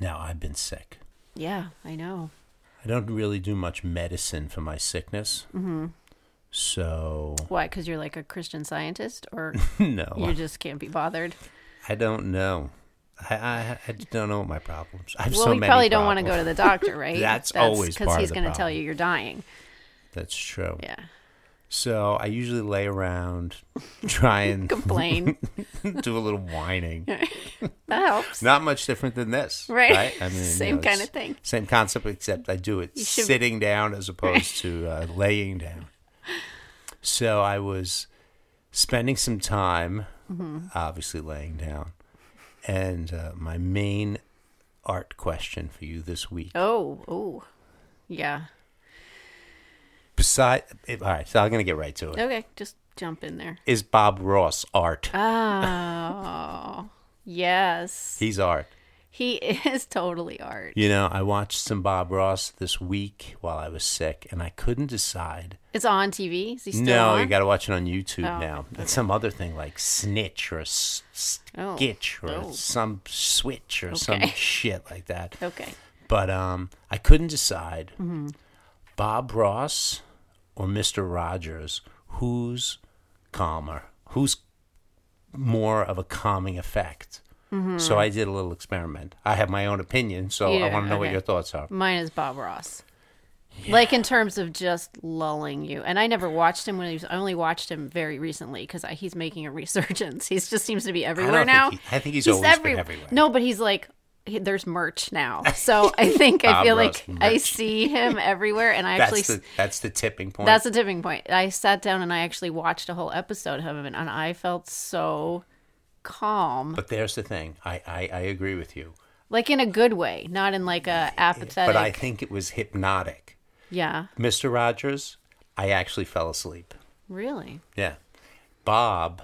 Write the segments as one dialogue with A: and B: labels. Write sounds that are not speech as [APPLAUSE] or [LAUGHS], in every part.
A: Now, I've been sick.
B: Yeah, I know.
A: I don't really do much medicine for my sickness.
B: Mm-hmm.
A: So, [LAUGHS]
B: Why? Because you're like a Christian scientist, or
A: no,
B: you just can't be bothered.
A: I don't know. I, I, I don't know what my problems. I have [LAUGHS]
B: Well,
A: so
B: we
A: many
B: probably don't want to
A: problems.
B: go to the
A: [LAUGHS]
B: doctor, right?
A: That's always
B: because
A: part of
B: he's
A: the
B: going to tell
A: problem.
B: you you're dying.
A: That's true. [LAUGHS]
B: Yeah,
A: So I usually lay
B: [LAUGHS]
A: around, try and
B: complain.
A: [LAUGHS] do a little whining.
B: that helps.
A: Not much different than this,
B: [LAUGHS] Right.
A: I mean, you
B: Same
A: know, it's
B: kinda thing.
A: Same concept, except I do it
B: should-
A: sitting down as
B: [LAUGHS]
A: opposed to uh, laying down. So I was spending some time,
B: Mm-hmm.
A: obviously laying down, and uh, my main art question for you this week.
B: Oh, oh, yeah.
A: Beside, all right, so I'm gonna get right to it. Is
B: Okay, just jump in there.
A: Bob Ross art?
B: Uh. Oh, yes.
A: He's art.
B: He [LAUGHS] is totally art.
A: You know, I watched some Bob Ross this week while I was sick, and I couldn't decide.
B: It's on TV. Is he still
A: no,
B: on?
A: you got to watch it on YouTube
B: Oh,
A: now. It's some other thing like Snitch or s-
B: Oh,
A: Skitch or
B: no.
A: some Switch or some
B: Okay.
A: [LAUGHS] shit like that.
B: Okay.
A: But um, I couldn't decide
B: Mm-hmm.
A: Bob Ross or Mr. Rogers, who's calmer? Who's more of a calming effect? So I did a little experiment. I have my own opinion, so I
B: Mm-hmm. Yeah,
A: want to know what
B: okay.
A: your thoughts are.
B: Mine is Bob Ross. Like in terms of just lulling you, and I never watched him when he was. I only watched him very recently because he's making a [LAUGHS] resurgence. He just seems to be everywhere
A: think
B: now.
A: he- I think he's always been everywhere.
B: No, but he's like he, there's merch
A: [LAUGHS]
B: now, so I think I
A: Bob
B: feel
A: Ross
B: like I
A: merch.
B: see him everywhere, and I actually
A: That's the, that's the tipping point.
B: That's the tipping point. I sat down and I actually watched a whole episode of him, and I felt so calm,
A: But there's the thing. I, I, I agree with you.
B: like in a good way, not in like a apathetic.
A: But I think it was hypnotic.
B: yeah,
A: Mr. Rogers, I actually fell asleep.
B: really.
A: Yeah. Bob,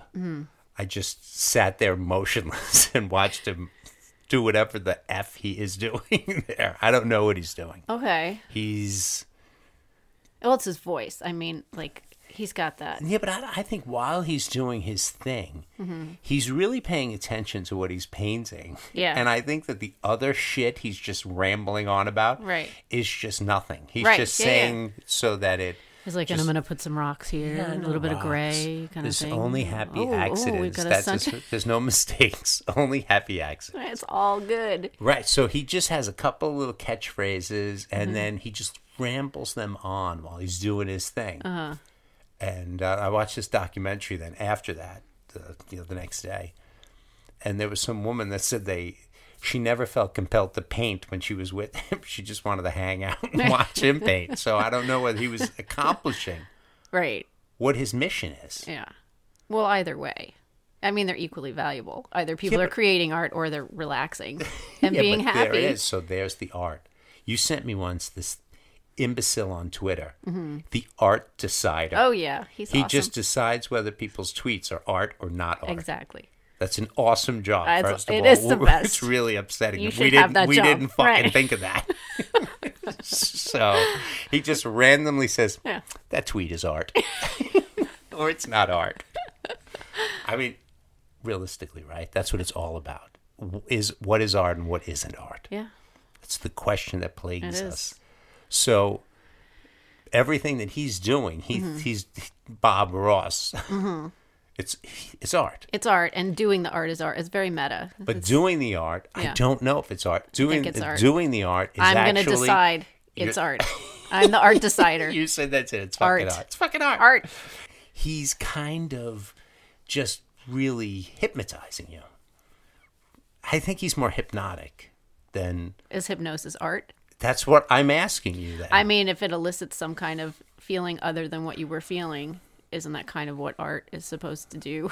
A: I just sat there motionless [LAUGHS] and watched him do whatever the F he is [LAUGHS] doing there. I don't know what he's doing.
B: Okay.
A: He's.
B: Well, it's his voice. I mean, like he's got that.
A: Yeah, but I, I think while he's doing his thing, he's really paying attention to what he's painting. [LAUGHS]
B: Yeah.
A: And I think that the other shit he's just rambling on about
B: Right.
A: is just nothing. He's
B: Right,
A: just
B: yeah, yeah.
A: saying so that it.
B: He's like, and I'm gonna put some rocks here, and a little bit of gray, kind
A: There's
B: of thing.
A: only happy
B: Oh, oh, we've
A: accidents.
B: got a
A: That's
B: [LAUGHS] sunshine.
A: just- [LAUGHS] there's no mistakes. [LAUGHS] Only happy accidents.
B: It's all good.
A: Right. So he just has a couple of little catchphrases,
B: Mm-hmm.
A: and then he just rambles them on while he's doing his thing. Uh-huh. And uh, I watched this documentary. Then after that, the, you know, the next day, and there was some woman that said they. She never felt compelled to paint when she was with him. [LAUGHS] She just wanted to hang out
B: [LAUGHS]
A: and watch him paint. So I don't know whether he was accomplishing
B: Right.
A: what his mission is.
B: Yeah. Well, either way. I mean, they're equally valuable. Either people are creating art or they're
A: [LAUGHS]
B: relaxing and being
A: but
B: happy.
A: There is. So there's the art. You sent me once this imbecile on Twitter, the art decider.
B: Mm-hmm. Oh yeah, he's
A: he
B: awesome.
A: just decides whether people's tweets are art or not art.
B: exactly.
A: That's an awesome job.
B: It's-
A: first of
B: it
A: all,
B: is the
A: [LAUGHS]
B: best.
A: It's really upsetting.
B: You
A: that we
B: should
A: didn't.
B: have that
A: we
B: job,
A: didn't fucking
B: right.
A: think of
B: [LAUGHS]
A: that. so he just randomly says
B: Yeah.
A: that tweet is
B: [LAUGHS]
A: art, or it's not art. I mean, realistically, right? That's what it's all about. W- Is what is art and what isn't art?
B: Yeah.
A: It's the question that plagues
B: It is.
A: us. So everything that he's doing, he
B: Mm-hmm.
A: he's Bob Ross. [LAUGHS] It's it's art.
B: It's art and doing the art is art. It's very meta.
A: But doing the art, I
B: yeah.
A: don't know if it's art. Doing
B: it's art.
A: doing the art is
B: I'm
A: actually
B: gonna decide it's
A: you're- [LAUGHS]
B: art. I'm the art decider.
A: You said that's it. It's fucking
B: Art.
A: art. It's fucking art.
B: art.
A: He's kind of just really hypnotizing you. I think he's more hypnotic than
B: Is hypnosis art?
A: that's what I'm asking you then.
B: I mean, if it elicits some kind of feeling other than what you were feeling, isn't that kind of what art is supposed to do?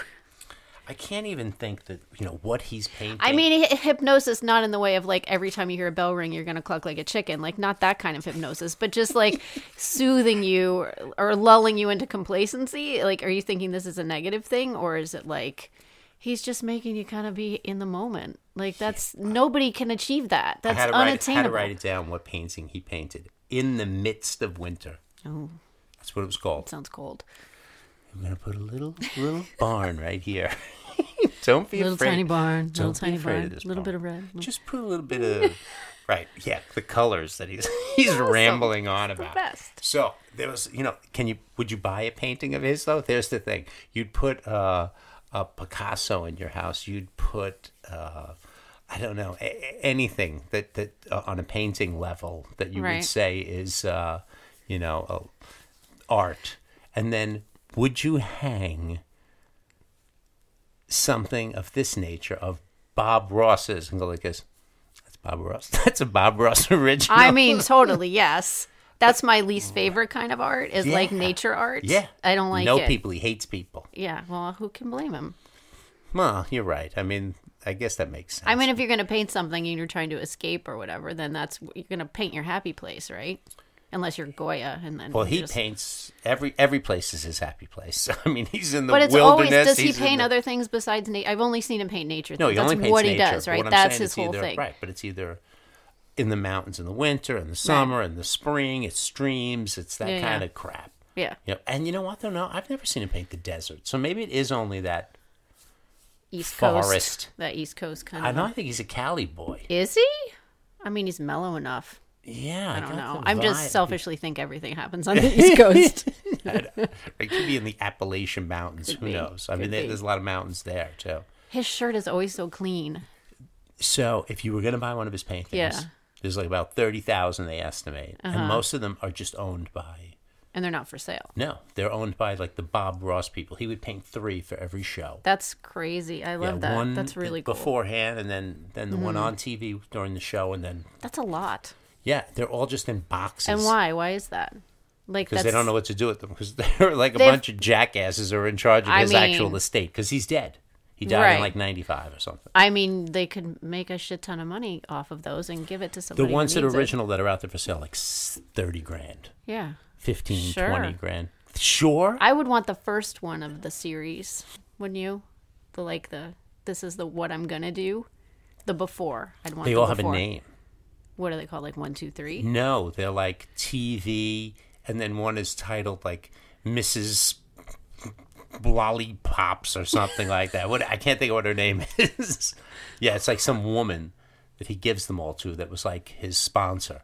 A: I can't even think that you know what he's painting.
B: [LAUGHS] I mean, hy- hypnosis not in the way of like every time you hear a bell ring, you're going to cluck like a chicken, like not that kind of hypnosis, but just like [LAUGHS] soothing you or, or lulling you into complacency. Like, are you thinking this is a negative thing or is it like he's just making you kind of be in the moment? Like, that's nobody can achieve that.
A: I
B: That's
A: had to write, had to
B: unattainable.
A: write it down what painting he painted in the midst of winter.
B: Oh.
A: That's what it was called.
B: Sounds cold.
A: I'm gonna put a little little barn right here. [LAUGHS] Don't be
B: little
A: afraid.
B: tiny barn,
A: Don't
B: little
A: be
B: tiny
A: afraid of
B: barn,
A: this
B: little bit
A: barn.
B: of red. little-
A: Just put a little bit of [LAUGHS] right. Yeah, the colors that he's [LAUGHS] he's rambling on about.
B: best.
A: So there was, you know, can you would you buy a painting of his though? There's the thing. You'd put uh, a Picasso in your house. You'd put uh, I don't know a- a- anything that that uh, on a painting level that you
B: Right.
A: would say is uh, you know uh, art. And then would you hang something of this nature of Bob Ross's and go like this? That's Bob Ross. [LAUGHS] That's a Bob Ross [LAUGHS] original.
B: I mean, totally, yes. That's my least favorite kind of art is like
A: Yeah.
B: nature art.
A: Yeah.
B: I don't like
A: no
B: it.
A: people. He hates people.
B: Yeah, well, who can blame him?
A: Well, you're right. I mean, I guess that makes sense.
B: I mean, if you're going to paint something and you're trying to escape or whatever, then that's you're going to paint your happy place, right? Unless you're Goya, and then
A: well,
B: you
A: he
B: just-
A: paints every every place is his happy place. [LAUGHS] I mean, he's in the
B: But it's always
A: wilderness.
B: does he
A: he's in
B: paint
A: the-
B: other things besides nature? I've only seen him paint nature.
A: No,
B: things.
A: he
B: that's
A: only paints
B: what he
A: nature,
B: does,
A: but
B: right?
A: what I'm
B: That's
A: saying
B: his
A: is
B: whole
A: either,
B: thing.
A: Right, but it's either in the mountains in the winter, in the summer, in the spring, it's streams, it's that
B: Yeah, yeah.
A: kind of crap.
B: Yeah,
A: You know, and you know what though? No, I've never seen him paint the desert. So maybe it is only that.
B: East Coast,
A: Forest.
B: that East Coast kind
A: I
B: of.
A: know. I think he's a Cali boy.
B: Is he? I mean, he's mellow enough.
A: Yeah,
B: I don't
A: got
B: know.
A: the
B: I'm
A: vibe.
B: just selfish,ly think everything happens on the East Coast.
A: [LAUGHS] It could be in the Appalachian Mountains. Who
B: be.
A: knows? I
B: Could
A: mean, there,
B: be.
A: there's a lot of mountains there too.
B: His shirt is always so clean.
A: So if you were going to buy one of his paintings,
B: Yeah. Uh-huh.
A: there's like about 30,000 they estimate. And most of them are just owned by,
B: and they're not for sale.
A: no, they're owned by like the Bob Ross people. He would paint three for every show.
B: That's crazy. I love that. That's really cool. Hmm.
A: beforehand and then, then the one on TV during the show. And then,
B: That's a lot.
A: yeah, they're all just in boxes.
B: And why? Why is that? Like
A: Because
B: that's,
A: they don't know what to do with them. Because [LAUGHS] they're like a
B: They've-
A: bunch of jackasses are in charge of
B: I
A: his
B: mean-
A: actual estate. Because he's dead. He died
B: Right.
A: in like 95 or something.
B: I mean, they could make a shit ton of money off of those and give it to
A: The
B: somebody. who
A: ones that are
B: needs it.
A: original that are out there for sale, like s- 30 grand.
B: Yeah,
A: 15,
B: Sure.
A: 20 grand. Sure.
B: I would want the first one of the series, wouldn't you? The like the this is the what I'm gonna do. The before I'd want.
A: they
B: the
A: all have a
B: before.
A: name.
B: What are they called? Like one, two, three.
A: No, they're like TV, and then one is titled like Mrs. Lollipops or
B: [LAUGHS]
A: something like that. What I can't think of what her name [LAUGHS] is. yeah, it's like some woman that he gives them all to that was like his sponsor.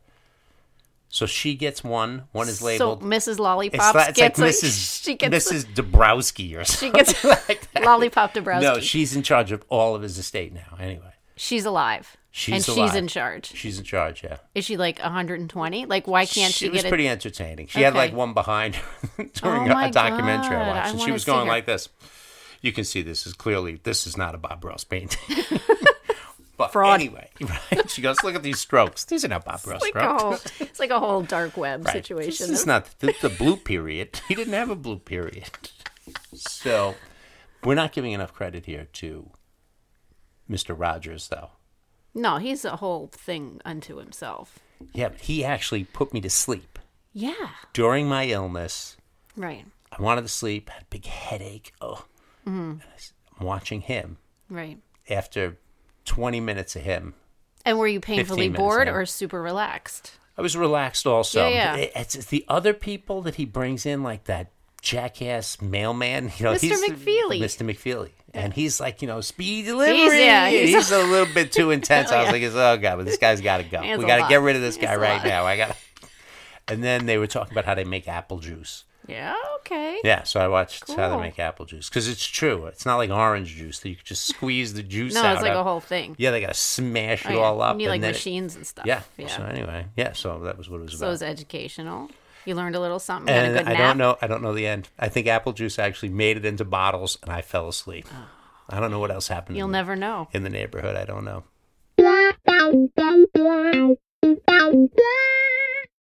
A: So she gets one. One is labeled.
B: So Mrs. Lollipop
A: it's like, it's like
B: gets a-
A: Mrs.
B: [LAUGHS] she gets
A: Mrs. Dabrowski or
B: she
A: something. [LAUGHS]
B: gets Lollipop Dabrowski.
A: No, she's in charge of all of his estate now. Anyway,
B: she's alive.
A: She's
B: and
A: alive.
B: she's in charge.
A: she's in charge. Yeah.
B: Is she like 120? Like, why can't she,
A: It was
B: get it?
A: pretty entertaining. She had like
B: Okay.
A: one behind her [LAUGHS] during
B: Oh
A: a,
B: my
A: a documentary
B: God,
A: I
B: I
A: watched, and she
B: wanna
A: was
B: see
A: going
B: her.
A: like this. You can see this is clearly this is not a Bob Ross
B: [LAUGHS]
A: painting. but
B: Fraud.
A: anyway, [LAUGHS] right? She goes, look at these strokes. These are not Bob Ross
B: [LAUGHS] Like a
A: strokes.
B: whole, it's like a whole dark web
A: Right.
B: situation.
A: This is not the, the blue period. He didn't have a blue period. So we're not giving enough credit here to Mr. Rogers, though.
B: no, he's a whole thing unto himself.
A: Yeah, but he actually put me to sleep
B: Yeah,
A: during my illness.
B: right,
A: I wanted to sleep, had a big headache. Oh,
B: Mm-hmm.
A: and I am watching him
B: right.
A: after 20 minutes of him.
B: And were you painfully
A: minutes,
B: bored
A: yeah.
B: or super relaxed?
A: I was relaxed also.
B: Yeah, yeah.
A: It- It's, it's the other people that he brings in, like that jackass mailman. [LAUGHS] You know,
B: Mr.
A: he's-
B: McFeely.
A: Mr. McFeely. And he's like, you know, speedy delivery.
B: yeah,
A: he's,
B: he's-
A: a little bit
B: [LAUGHS]
A: too intense. I was like, oh, God, but this guy's got to go.
B: It's
A: we
B: a
A: got to
B: lot.
A: get rid of this guy
B: a
A: right
B: lot.
A: now. I got to. [LAUGHS] And then they were talking about how they make apple juice.
B: Yeah, okay.
A: Yeah, so I watched how
B: Cool.
A: they make apple juice because it's true. It's not like orange juice that you could just squeeze the juice out.
B: no, it's like
A: of.
B: a whole thing.
A: Yeah, they gotta smash
B: Oh,
A: it
B: yeah.
A: all up.
B: You need like
A: and then it-
B: machines and stuff.
A: yeah.
B: yeah.
A: So anyway, yeah. So that was what it was
B: So it
A: about.
B: was educational. You learned a little something.
A: and
B: got a good
A: I
B: nap.
A: don't know. I don't know the end. I think apple juice actually made it into bottles, and I fell asleep. I don't know what else happened.
B: Oh. You'll
A: in,
B: never know.
A: in the neighborhood. I don't know.
C: Bye.